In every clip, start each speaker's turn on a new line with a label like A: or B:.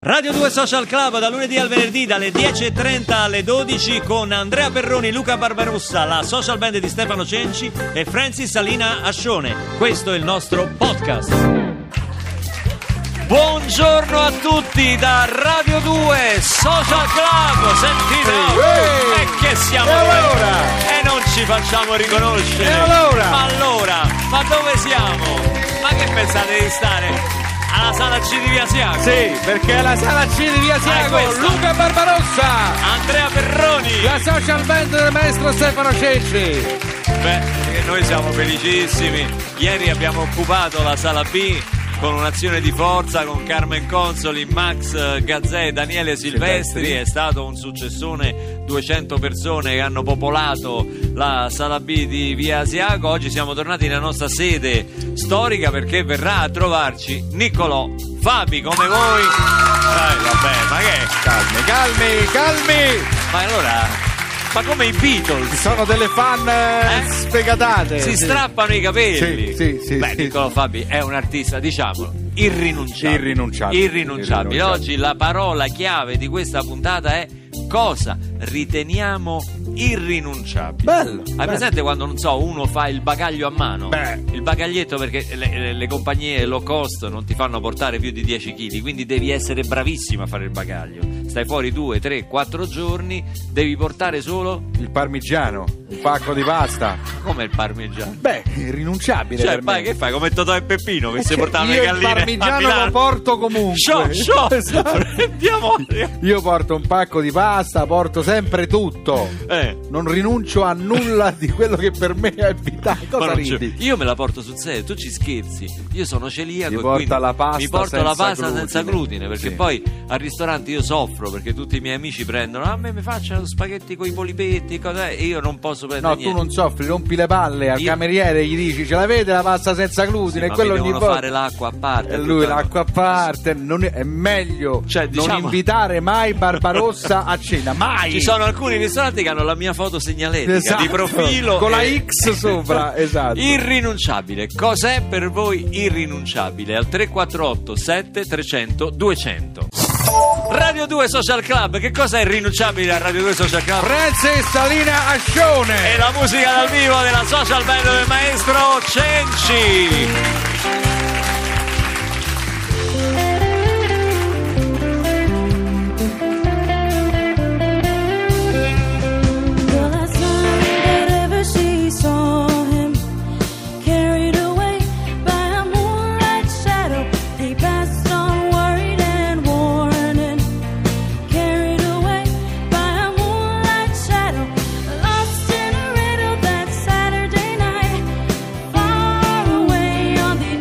A: Radio 2 Social Club da lunedì al venerdì dalle 10.30 alle 12 con Andrea Perroni, Luca Barbarossa, la social band di Stefano Cenci e Francis Salina Ascione. Questo è il nostro podcast. Buongiorno a tutti da Radio 2 Social Club. Sentite, oh,
B: Ehi!
A: è che siamo
B: E
A: noi.
B: allora?
A: e non ci facciamo riconoscere.
B: E allora?
A: Ma allora, ma dove siamo? Ma che pensate di stare? Alla sala C di Via Siaco?
B: Sì, perché alla sala C di Via Siago,
A: Ah, è questa.
B: Luca Barbarossa,
A: Andrea Perroni.
B: la social band del maestro Stefano Cenci.
A: Beh, perché noi siamo felicissimi. Ieri abbiamo occupato la sala B con un'azione di forza con Carmen Consoli, Max eh, Gazzè e Daniele Silvestri. È stato un successone, 200 persone che hanno popolato la sala B di Via Asiago. Oggi siamo tornati nella nostra sede storica perché verrà a trovarci Niccolò Fabi come voi. Dai, vabbè, ma che?
B: Calmi, calmi, calmi.
A: Ma allora... Ma come i Beatles?
B: Ci sono delle fan eh,
A: Eh?
B: sfegatate.
A: si strappano i capelli.
B: Sì, sì, sì,
A: Beh,
B: sì.
A: Niccolo Fabi è un artista, diciamolo, irrinunciabile.
B: Irrinunciabile.
A: Irrinunciabile.
B: Irrinunciabile.
A: Oggi la parola chiave di questa puntata è cosa riteniamo irrinunciabile.
B: Bello,
A: Hai
B: bello.
A: presente quando, non so, uno fa il bagaglio a mano?
B: Beh.
A: Il bagaglietto perché le, le- le compagnie low cost non ti fanno portare più di 10 kg, quindi devi essere bravissimo a fare il bagaglio. Stai fuori 2, 3, 4 giorni, devi portare solo
B: Il parmigiano, un pacco di pasta.
A: come il parmigiano.
B: Beh, irrinunciabile
A: Cioè,
B: per
A: ma
B: me.
A: che fai come Totò e Peppino che
B: Eh,
A: si portavano
B: io
A: le
B: il
A: galline?
B: parmigiano
A: a Milano?
B: lo porto comunque.
A: Sciò, sciò.
B: Esatto.
A: Prendiamo.
B: Io porto un pacco di pasta, porto sempre tutto.
A: Eh.
B: Non rinuncio a nulla di quello che per me è vitale.
A: ma
B: Cosa
A: non c'è-
B: ridi?
A: Io me la porto sul serio, tu ci scherzi. Io sono celiaco
B: Ti
A: e
B: porta
A: quindi
B: la pasta
A: mi porto la
B: senza
A: pasta
B: glutine.
A: senza glutine perché
B: Sì.
A: poi al ristorante io soffro perché tutti i miei amici prendono "Ah, a me mi facciano spaghetti con i polipetti cos'è?" e io non posso prendere
B: No, tu
A: niente.
B: non soffri, rompi le palle al
A: Io-
B: cameriere, gli dici ce l'avete la pasta senza glutine?
A: ma
B: e quello
A: mi
B: ogni
A: devono
B: volta.
A: fare l'acqua a parte,
B: E lui
A: tutta-
B: l'acqua a parte. non è, è meglio
A: Cioè, diciamo-
B: non invitare mai Barbarossa a cena, mai!
A: Ci sono alcuni ristoranti che hanno la mia foto segnaletica
B: Esatto,
A: di profilo
B: con la
A: e-
B: X sopra, esatto.
A: Irrinunciabile. Cos'è per voi irrinunciabile? Al 348 7300 200. Radio 2 Social Club, che cosa è irrinunciabile a Radio 2 Social
B: Eh.
A: Club?
B: Francis Salina Ascione!
A: È la musica dal vivo della social band del maestro Cenci.
C: The last time that ever she saw him, carried away by a moonlight shadow, he passed on worried and warning. Carried away by a moonlight shadow, lost in a riddle that Saturday night, far away on the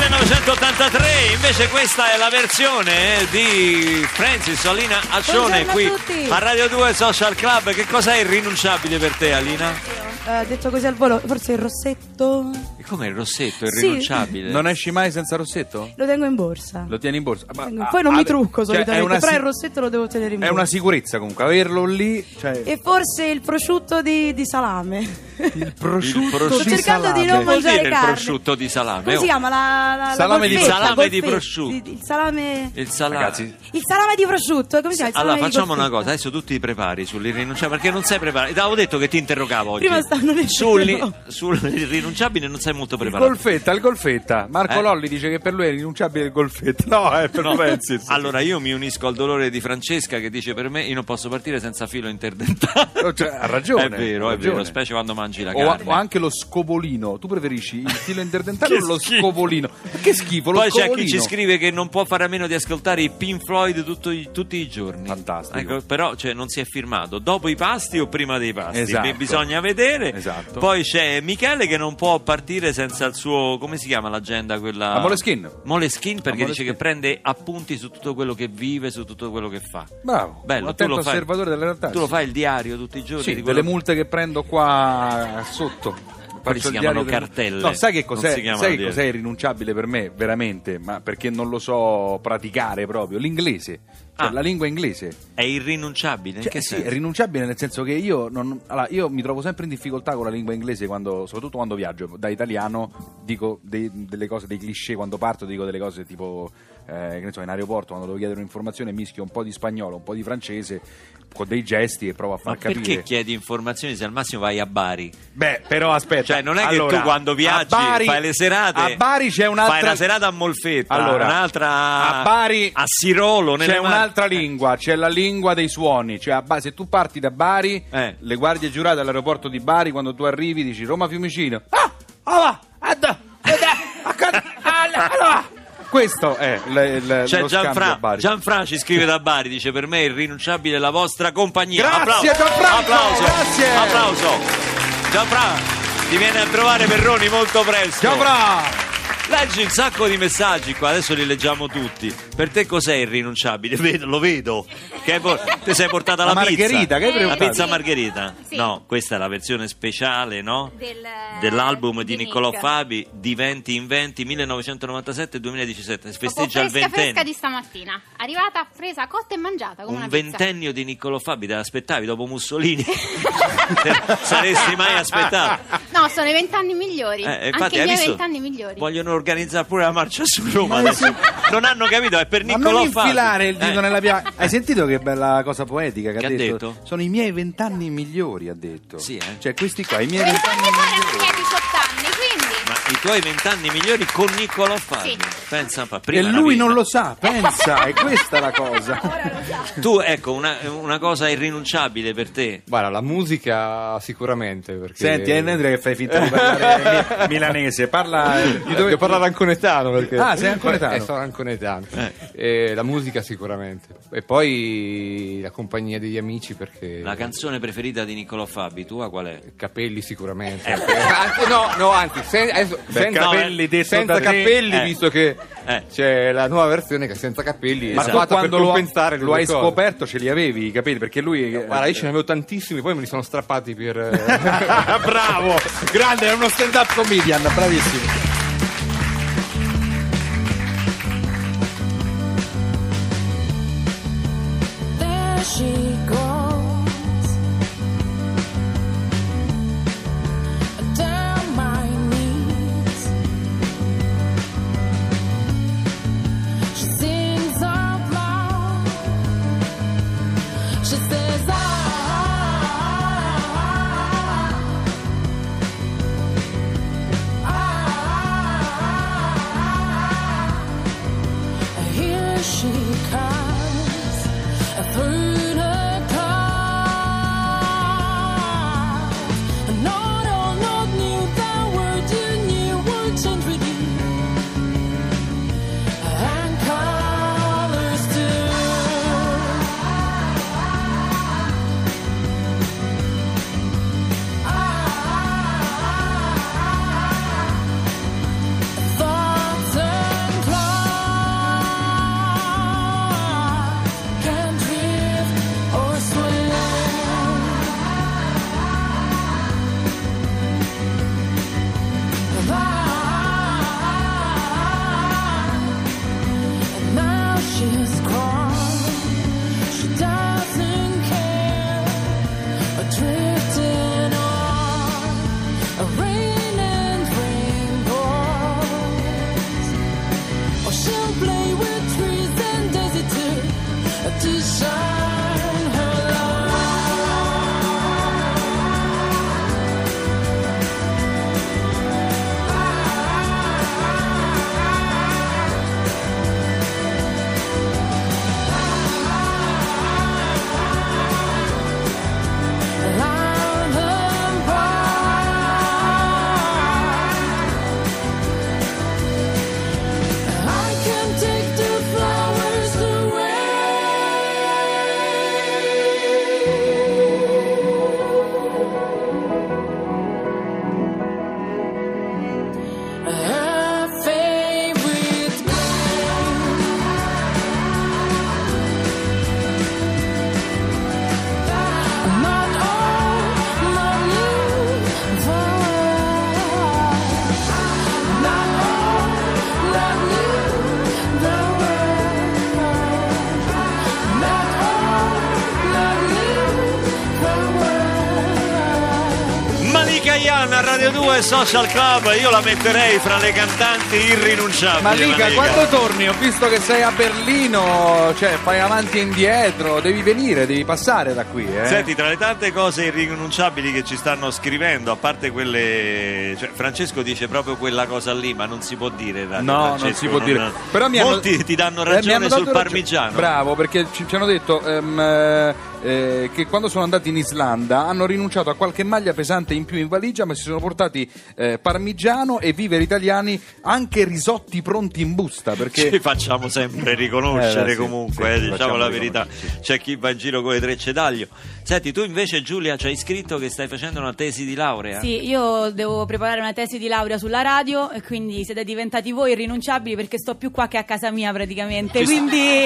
A: E invece questa è la versione eh, di Francis Alina Accione
C: Buongiorno a
A: qui
C: tutti.
A: a Radio 2 Social Club. Che cosa è irrinunciabile per te, Alina?
C: Eh, detto così al volo, forse il rossetto
A: E come il rossetto è
C: Sì.
A: irrinunciabile?
B: Non esci mai senza rossetto?
C: lo tengo in borsa.
B: Lo tieni in borsa? Ma- ah,
C: Poi non mi
B: ade-
C: trucco
B: cioè, è
C: solitamente,
B: una
C: però
B: si-
C: il rossetto lo devo tenere in
B: È
C: borsa.
B: una sicurezza comunque, averlo lì, cioè,
C: E forse il prosciutto di, di salame.
B: il prosciutto
A: Il prosciutto-
C: Sto
B: di
C: cercando di
B: salame.
C: non
A: Che vuol
C: mangiare
A: dire il
C: carne.
A: prosciutto di salame?
C: Come si
A: Oh.
C: chiama la, la- la
B: Salame di
C: golfetta,
A: salame di
C: golfetta.
A: prosciutto.
C: Il, il salame
A: Il salame.
B: Ragazzi,
C: il salame di prosciutto, come si chiama? Il
A: Allora
C: salame di
A: facciamo una
C: golfetta.
A: cosa, adesso tu ti prepari sull'irrinunciabile perché non sei preparato. Ti avevo detto che ti interrogavo oggi.
C: Prima stavano dicendo.
A: Sulli- sull'irrinunciabile non sei molto
B: il
A: preparato.
B: golfetta, il golfetta. Marco
A: Eh?
B: Lolli dice che per lui è rinunciabile il golfetta. No, è per
A: No.
B: Francis.
A: Allora io mi unisco al dolore di Francesca che dice per me io non posso partire senza filo interdentale.
B: Oh, cioè, ha ragione.
A: È vero,
B: ha
A: è vero,
B: ragione.
A: specie quando mangi la
B: O,
A: carne.
B: o anche lo scovolino. Tu preferisci il filo interdentale
A: Che
B: o lo
A: schifo.
B: scovolino? Ma Che schifo, lo
A: Poi c'è
B: scovolino.
A: chi ci scrive che non può fare a meno di ascoltare i Pink Floyd tutto i- tutti i giorni.
B: Fantastico.
A: Ecco, però cioè, non si è firmato dopo i pasti o prima dei pasti.
B: Esatto.
A: Bi- Bisogna vedere.
B: Esatto.
A: Poi c'è Michele che non può partire senza il suo. Come si chiama l'agenda? Quella...
B: La Moleskine.
A: Moleskine perché
B: La
A: dice
B: Moleskine.
A: che prende appunti su tutto quello che vive, su tutto quello che fa.
B: Bravo,
A: Bello, tu
B: attento
A: lo, fai,
B: osservatore della realtà.
A: tu lo fai il diario tutti i giorni
B: Sì,
A: di quello
B: delle multe che prendo qua sotto. Faccio
A: si
B: il
A: chiamano
B: diario delle-
A: cartelle,
B: No, sai che
A: non
B: cos'è?
A: si chiamano
B: sai che
A: diario.
B: cos'è irrinunciabile per me, veramente? Ma perché non lo so praticare proprio? L'inglese, cioè
A: Ah.
B: la lingua inglese.
A: È irrinunciabile. in
B: Cioè,
A: che
B: sì,
A: senso?
B: è rinunciabile nel senso che io, non- allora, io mi trovo sempre in difficoltà con la lingua inglese, quando, soprattutto quando viaggio. Da italiano dico dei- delle cose, dei cliché quando parto, dico delle cose tipo, eh, che ne so, in aeroporto quando devo chiedere un'informazione mischio un po' di spagnolo, un po' di francese, con dei gesti e provo a
A: Ma
B: far
A: perché
B: capire.
A: chiedi informazioni se al massimo vai a Bari?
B: Beh, però aspetta.
A: Cioè, non è che
B: Allora,
A: tu quando viaggi
B: a Bari-
A: fai le serate.
B: A Bari c'è un'altra.
A: Fai una serata a Molfetta,
B: Allora,
A: Ah, un'altra
B: a Bari
A: a Sirolo, nelle Eh.
B: c'è
A: Marche.
B: un'altra lingua, c'è la lingua dei suoni. Cioè, a Ba- se tu parti da Bari,
A: Eh.
B: le guardie giurate all'aeroporto di Bari, quando tu arrivi, dici Roma Fiumicino. Ah! Ah! va, ah, da, ah, da, ah, ca- ah, là, ah, là. Questo è l- l-
A: C'è
B: lo scambio a
A: Gianfra,
B: Bari.
A: Gianfra ci scrive da Bari, dice per me è irrinunciabile la vostra compagnia.
B: Grazie,
A: applauso,
B: Gianfranco,
A: applauso,
B: grazie.
A: applauso. Gianfra, ti viene a trovare Perroni molto presto.
B: Gianfra!
A: Leggi un sacco di messaggi qua, adesso li leggiamo tutti. Per te cos'è irrinunciabile? Vedo- lo vedo. Che vo- te sei portata la,
B: La margherita,
A: pizza.
B: che hai
A: La
B: preparato?
A: pizza margherita?
D: Sì.
A: No, questa è la versione speciale, no?
D: Del-
A: Dell'album di
D: di
A: Niccolò
D: Nick.
A: Fabi, Diventi inventi 1997-2017. Si festeggia
D: Fresca,
A: il
D: fresca
A: ventennio.
D: di stamattina. Arrivata, presa, cotta e mangiata come
A: Un
D: una pizza.
A: ventennio di Niccolò Fabi, te l'aspettavi dopo Mussolini? Te- Saresti mai aspettato?
D: No, sono i vent'anni migliori.
A: Eh,
D: Anche i
A: hai
D: miei
A: visto?
D: vent'anni migliori.
A: Vogliono organizzare pure la marcia su Roma adesso. Non hanno capito, è per
B: Ma
A: Niccolò
B: non
A: Fabi.
B: infilare il dito
A: Eh.
B: nella piaga. Hai sentito che bella cosa poetica che,
A: Che
B: ha
A: ha
B: detto?
A: detto?
B: Sono i miei vent'anni migliori, ha detto.
A: Sì, eh.
B: Cioè, questi qua, i miei vent'anni
D: Vent'anni fa erano i
B: migliori.
D: miei 18 anni, quindi.
A: Ma i tuoi vent'anni migliori con Niccolò Fabi.
D: Sì.
A: Pensa un po',
B: E
A: prima la
B: lui
A: vita.
B: non lo sa, pensa, è questa la cosa.
A: Tu, ecco, una, una cosa irrinunciabile per te.
E: Guarda, la musica sicuramente. Perché...
B: Senti, eh, è inutile che fai finta di parlare mi- milanese, parla di
E: Ah, eh, Io devo parlare anconetano perché...
B: eh, Ah, sei anconetano.
E: Eh, sono anconetano. Eh, la musica sicuramente. E poi la compagnia degli amici perché...
A: La canzone preferita di Niccolò Fabi, tua qual è?
E: Capelli sicuramente.
B: Eh.
E: Anzi, no, no, anzi, sen- adesso- senza,
A: capelli
B: detto
E: senza
B: da te,
E: capelli,
A: eh.
E: visto che
A: Eh.
E: c'è la nuova versione che è senza capelli.
B: Ma
E: è
A: Esatto.
B: tu
E: fatta per
B: quando lo,
E: compensare le
B: lo
E: due
B: hai
E: cose.
B: scoperto ce li avevi i capelli perché lui
E: Guarda, io ce ne avevo tantissimi, poi me li sono strappati per... eh,
B: bravo, grande, è uno stand up comedian, bravissimo.
F: There she goes down my knees. She sings out loud. She says, "Ah, here she comes." through the clouds. And not all not knew the word you knew would change with you. And colors too. uh,
A: Caian a Radio 2 Social Club, io la metterei fra le cantanti irrinunciabili.
B: Ma mica,
A: l'amica.
B: quando torni? Ho visto che sei a Berlino, cioè fai avanti e indietro, devi venire, devi passare da qui, eh.
A: Senti, tra le tante cose irrinunciabili che ci stanno scrivendo, a parte quelle. Cioè, Francesco dice proprio quella cosa lì, ma non si può dire. dai,
B: No,
A: Francesco,
B: non si può dire. Però mi hanno-
A: Molti ti danno
B: eh, mi
A: ragione
B: hanno dato
A: sul
B: ragione.
A: parmigiano.
B: Bravo, perché ci, ci hanno detto ehm, eh, eh, che quando sono andati in Islanda hanno rinunciato a qualche maglia pesante in più in valigia, ma si sono portati eh, parmigiano e viveri italiani anche risotti pronti in busta. Perché
A: Ci facciamo sempre riconoscere
B: Eh, beh, sì,
A: comunque,
B: sì,
A: eh,
B: ci
A: diciamo
B: facciamo
A: la verità.
B: riconoscere,
A: C'è chi va in giro con le trecce d'aglio. Senti, tu invece Giulia ci hai scritto che stai facendo una tesi di laurea.
G: Sì, io devo preparare una tesi di laurea sulla radio e quindi siete diventati voi irrinunciabili perché sto più qua che a casa mia praticamente.
A: Ci sta.
G: Quindi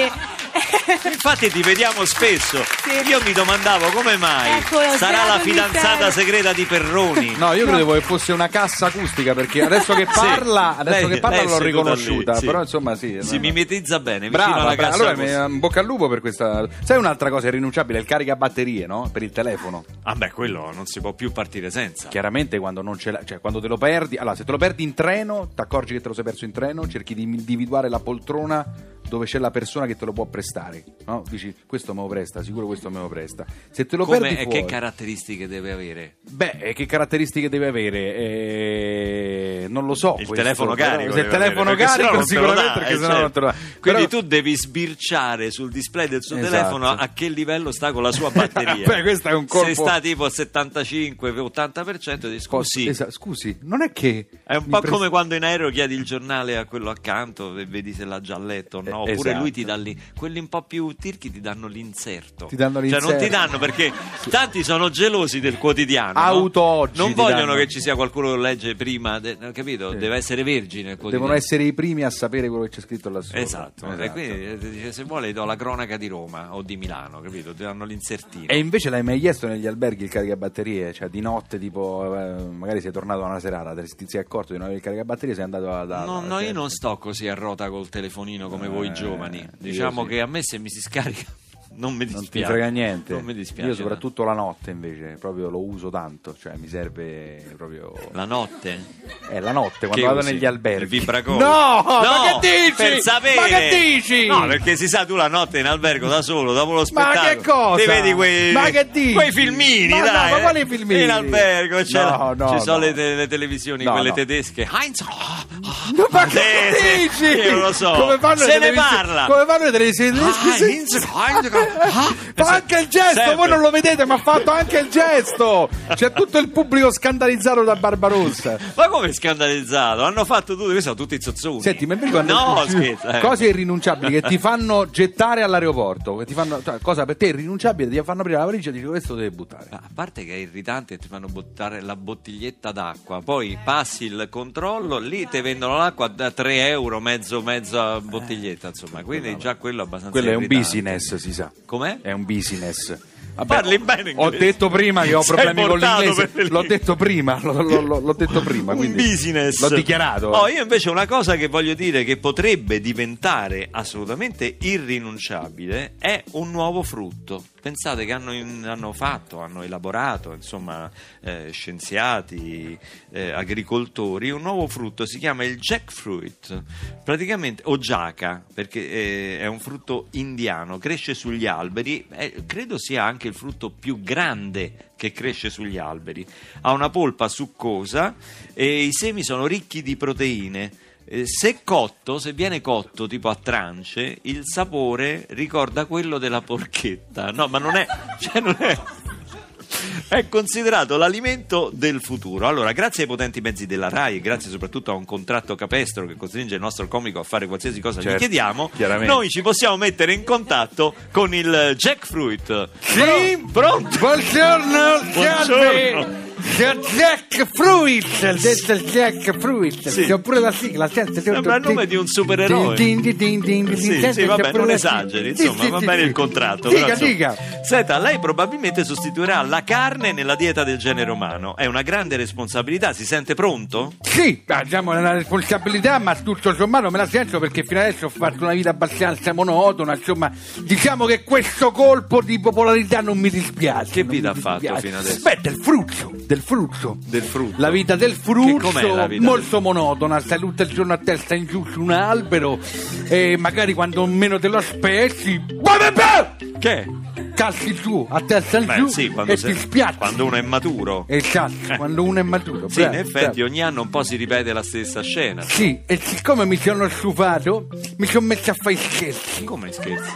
A: Infatti ti vediamo spesso.
G: Sì.
A: Io mi domandavo come mai
G: Ecco, ho
A: sarà la
G: svelato il
A: fidanzata
G: mistero.
A: segreta di Perroni.
B: No, io credevo che fosse una cassa acustica perché adesso che
A: Sì,
B: parla, adesso
A: lei-
B: che parla
A: lei è
B: l'ho
A: seduta
B: riconosciuta,
A: lì, sì.
B: però insomma sì.
A: Si
B: no, no.
A: mimetizza bene, vicino
B: Brava,
A: alla
B: bra-
A: cassa.
B: allora
A: acustica.
B: mi- bocca al lupo per questa. Sai un'altra cosa irrinunciabile? Il caricabatterie, no? Per il telefono.
A: Ah beh, quello non si può più partire senza.
B: Chiaramente quando non ce l'hai, cioè quando te lo perdi, allora se te lo perdi in treno, ti accorgi che te lo sei perso in treno, cerchi di individuare la poltrona dove c'è la persona che te lo può prestare, no? Dici questo me lo presta, sicuro questo me lo presta. Se te lo
A: Come
B: perdi
A: e
B: fuori,
A: che caratteristiche deve avere?
B: Beh, eh, che caratteristiche deve avere? Eh, non lo so.
A: Il
B: questo,
A: telefono
B: però,
A: carico.
B: Se il
A: deve
B: telefono
A: avere, perché
B: carico,
A: sennò non te lo
B: sicuramente,
A: dà,
B: perché
A: eh,
B: sennò non
A: certo.
B: te lo dà.
A: Quindi
B: Però-
A: tu devi sbirciare sul display del suo
B: Esatto.
A: telefono a che livello sta con la sua batteria.
B: Beh, questo è un colpo-
A: Se sta tipo al 75-80% di scusi.
B: oh, Esa- scusi, non è che.
A: È un
B: mi
A: po'
B: pres-
A: come quando in aereo chiedi il giornale a quello accanto e vedi se l'ha già letto o no.
B: Eh,
A: Oppure
B: esatto.
A: lui ti dà lì. Quelli un po' più tirchi ti danno l'inserto.
B: Ti danno
A: Cioè, non ti
B: l'inserto.
A: danno perché tanti sono gelosi del quotidiano. no?
B: Auto oggi
A: Non
B: ti
A: vogliono
B: danno.
A: che ci sia qualcuno che legge prima. de- no, capito?
B: Sì.
A: Deve essere vergine il quotidiano.
B: eh. Devono essere i primi a sapere quello che c'è scritto là sopra.
A: Esatto. E quindi eh, dice, se vuole do la cronaca di Roma o di Milano, capito? Ti danno l'insertino.
B: E invece l'hai mai chiesto negli alberghi il caricabatterie? Cioè di notte, tipo, eh, magari sei tornato a una serata, te- ti sei accorto di non avere il caricabatterie, sei andato a. da-
A: No, no,
B: cioè-
A: io non sto così a rota col telefonino come voi
B: Eh,
A: giovani.
B: io
A: Diciamo
B: sì.
A: che a me se mi si scarica non mi dispiace.
B: Non ti frega niente.
A: Non mi dispiace. eh.
B: Io soprattutto la notte invece, proprio lo uso tanto, cioè mi serve proprio...
A: no. La notte?
B: È la notte,
A: Che
B: quando vado
A: usi?
B: negli alberghi.
A: Il vibracono.
B: No, ma che dici?
A: Per sapere.
B: Ma che dici?
A: No, perché si sa, tu la notte in albergo da solo, dopo lo
B: Ma
A: spettacolo.
B: che cosa?
A: Ti vedi quei,
B: Ma che dici?
A: quei filmini,
B: Ma no,
A: dai.
B: ma
A: eh.
B: quali filmini?
A: In albergo c'è la-
B: No, no,
A: ci sono
B: no.
A: le, te- le televisioni,
B: No,
A: quelle
B: no.
A: tedesche. Heinz, ah,
B: No, ma
A: ah,
B: che
A: eh,
B: dici?
A: Io non lo so.
B: Come fanno
A: Se
B: le
A: ne
B: televisioni-
A: parla.
B: Come fanno le televisioni tedesche?
A: Ah,
B: Se-
A: Heinz, Heinz, ah.
B: Fa anche il gesto,
A: Sempre.
B: voi non lo vedete, ma ha fatto anche il gesto. C'è tutto il pubblico scandalizzato da Barbarossa.
A: Ma come scandalizzato? Hanno fatto tutti, questi sono tutti zozzoni.
B: Senti, ma quando
A: No, scherzo. eh.
B: cose irrinunciabili che ti fanno gettare all'aeroporto, che ti fanno cioè, cosa per te irrinunciabile, ti fanno aprire la valigia e dici questo lo devi buttare.
A: Ma A parte che è irritante, ti fanno buttare la bottiglietta d'acqua, poi passi il controllo, lì ti vendono l'acqua da 3 euro, mezzo, mezza bottiglietta, insomma, quindi già quello è abbastanza
B: Quello è un
A: irritante.
B: business, si sa.
A: Com'è?
B: È un business.
A: Parli
B: ho-
A: bene
B: Ho
A: inglese.
B: detto prima che ho
A: Sei
B: problemi con
A: portato
B: l'inglese.
A: per
B: L'ho
A: lì.
B: detto prima, lo- lo- lo- l'ho detto prima.
A: un
B: quindi
A: business.
B: L'ho dichiarato.
A: Oh, io invece una cosa che voglio dire che potrebbe diventare assolutamente irrinunciabile è un nuovo frutto. Pensate che hanno, in- hanno fatto, hanno elaborato, insomma, eh, scienziati, eh, agricoltori, un nuovo frutto, si chiama il jackfruit, praticamente, o giaca, perché eh, è un frutto indiano, cresce sugli alberi, eh, credo sia anche il frutto più grande che cresce sugli alberi. Ha una polpa succosa e i semi sono ricchi di proteine. Eh, Se cotto, se viene cotto tipo a trance, il sapore ricorda quello della porchetta. No, ma non è. Cioè non è è considerato l'alimento del futuro. Allora, grazie ai potenti mezzi della RAI e grazie soprattutto a un contratto capestro che costringe il nostro comico a fare qualsiasi cosa gli
B: Certo,
A: chiediamo,
B: chiaramente.
A: noi ci possiamo mettere in contatto con il jackfruit.
B: Sì?
A: Pronto?
B: Buongiorno,
A: Buongiorno.
B: The Jack Fruit, detto Jack Fruit,
A: Sì.
B: c'è pure la sigla, certo.
A: Sembra il nome di un supereroe.
B: Din, din, din, din, din,
A: Sì,
B: certo,
A: sì, vabbè,
B: c'è pure
A: non
B: la-
A: esageri,
B: Sì,
A: insomma,
B: sì,
A: va
B: sì,
A: bene
B: sì.
A: il contratto. però,
B: Dica,
A: insomma.
B: dica.
A: Senta, lei probabilmente sostituirà la carne nella dieta del genere umano. È una grande responsabilità, si sente pronto?
B: Sì, ma, diciamo, è una responsabilità, ma tutto sommato me la sento perché fino adesso ho fatto una vita abbastanza monotona, insomma, diciamo che questo colpo di popolarità non mi dispiace.
A: Che
B: non
A: vita
B: mi
A: ha fatto
B: dispiace.
A: fino adesso?
B: Beh, del frutto, del del frutto.
A: Del frutto.
B: La vita del
A: Che
B: frutto,
A: com'è la vita
B: molto monotona, stai tutto il giorno a testa in giù su un albero e magari quando meno te lo aspetti, bam, bam,
A: Che?
B: bam, cassi giù a testa in
A: Beh,
B: giù
A: sì, quando,
B: e
A: sei-
B: ti spiazzi.
A: quando uno è maturo.
B: Esatto, quando uno è maturo.
A: Sì, in
B: bravo,
A: effetti
B: bravo.
A: ogni anno un po' si ripete la stessa scena.
B: Sì, e siccome mi sono stufato, mi sono messo a fare scherzi.
A: Come scherzi?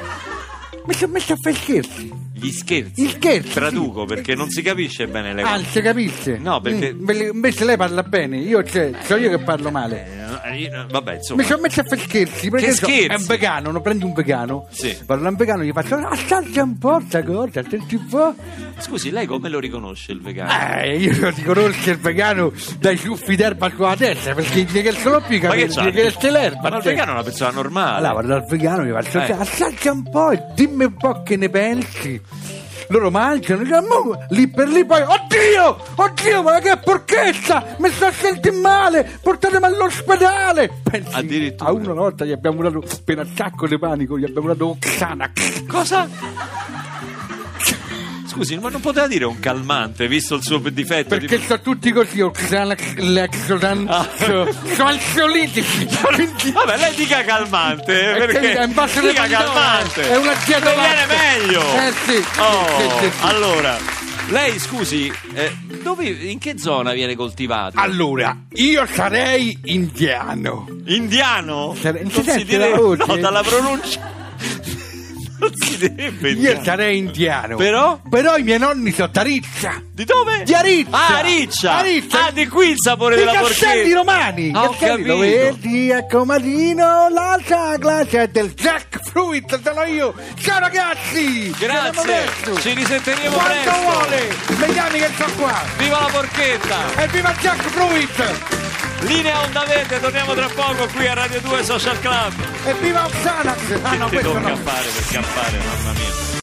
B: Mi sono messo a fare scherzi.
A: Gli scherzi.
B: Gli scherzi,
A: Traduco
B: sì.
A: perché non si capisce bene le cose.
B: Anzi, capisce?
A: No, perché-
B: Mm, ve- invece lei parla bene, io cioè, so io che parlo male.
A: Eh, io- Vabbè, insomma.
B: Ah. Mi sono messo a fare scherzi, perché
A: Che
B: so-
A: scherzi?
B: è un vegano, non prendi un vegano.
A: Sì.
B: Parlo a un vegano gli faccio assaggia un po' sta cosa, senti un po'.
A: Scusi, lei come lo riconosce il vegano?
B: Eh, io lo riconosco il vegano dai ciuffi d'erba sulla testa, perché gli che sono più i
A: Ma che
B: capelli,
A: c'ha?
B: gli che l'erba.
A: Ma il
B: cioè.
A: vegano è una persona normale.
B: Allora, vado dal vegano mi faccio
A: Ah, Eh.
B: assaggia un po' e dimmi un po' che ne pensi. Loro mangiano, dicono, "Mu", lì per lì poi, oddio, oddio, ma che porchezza, mi sto sentendo male, portatemi all'ospedale. Pensi,
A: Addirittura.
B: A una volta gli abbiamo dato, per attacco di panico, gli abbiamo dato Xanax.
A: Cosa? Scusi, ma non poteva dire un calmante, visto il suo difetto
B: Perché
A: di...
B: sono tutti così, o Xanax, Lexodan,
A: Ah.
B: so- sono ansiolitici. Quindi-
A: Vabbè, lei dica calmante,
B: Eh,
A: perché...
B: sì, è un basso di
A: dica
B: Pandora,
A: calmante.
B: è una zia
A: Le viene
B: dolente.
A: meglio.
B: Eh, sì.
A: Oh,
B: Sì, sì, sì.
A: Allora, lei, scusi, eh, dove, in che zona viene coltivato?
B: Allora, io sarei indiano.
A: Indiano?
B: Cioè, non si
A: si
B: sente la
A: direbbe...
B: voce?
A: No, dalla pronuncia... non si direbbe
B: Io
A: indiano.
B: sarei indiano.
A: Però?
B: Però i miei nonni sono Tarizza.
A: Di dove?
B: Di Ariccia.
A: Ah, Ariccia.
B: Ariccia.
A: Ah, di qui il sapore
B: I
A: della
B: castelli
A: porchetta.
B: romani!
A: Ah, ho
B: Castelli,
A: capito.
B: vedi a Comadino la sagla c'è del jackfruit, sono io! Ciao ragazzi! Ci vediamo
A: Grazie,
B: presto.
A: ci risentiremo
B: Quanto
A: presto.
B: vuole! Vediamo che sono qua!
A: Viva la porchetta!
B: Evviva jackfruit!
A: Linea onda verde, torniamo tra poco qui a Radio 2 Social Club.
B: Evviva Xanax! Ah no,
A: che ti
B: questo
A: tocca
B: no!
A: fare per scappare, mamma mia.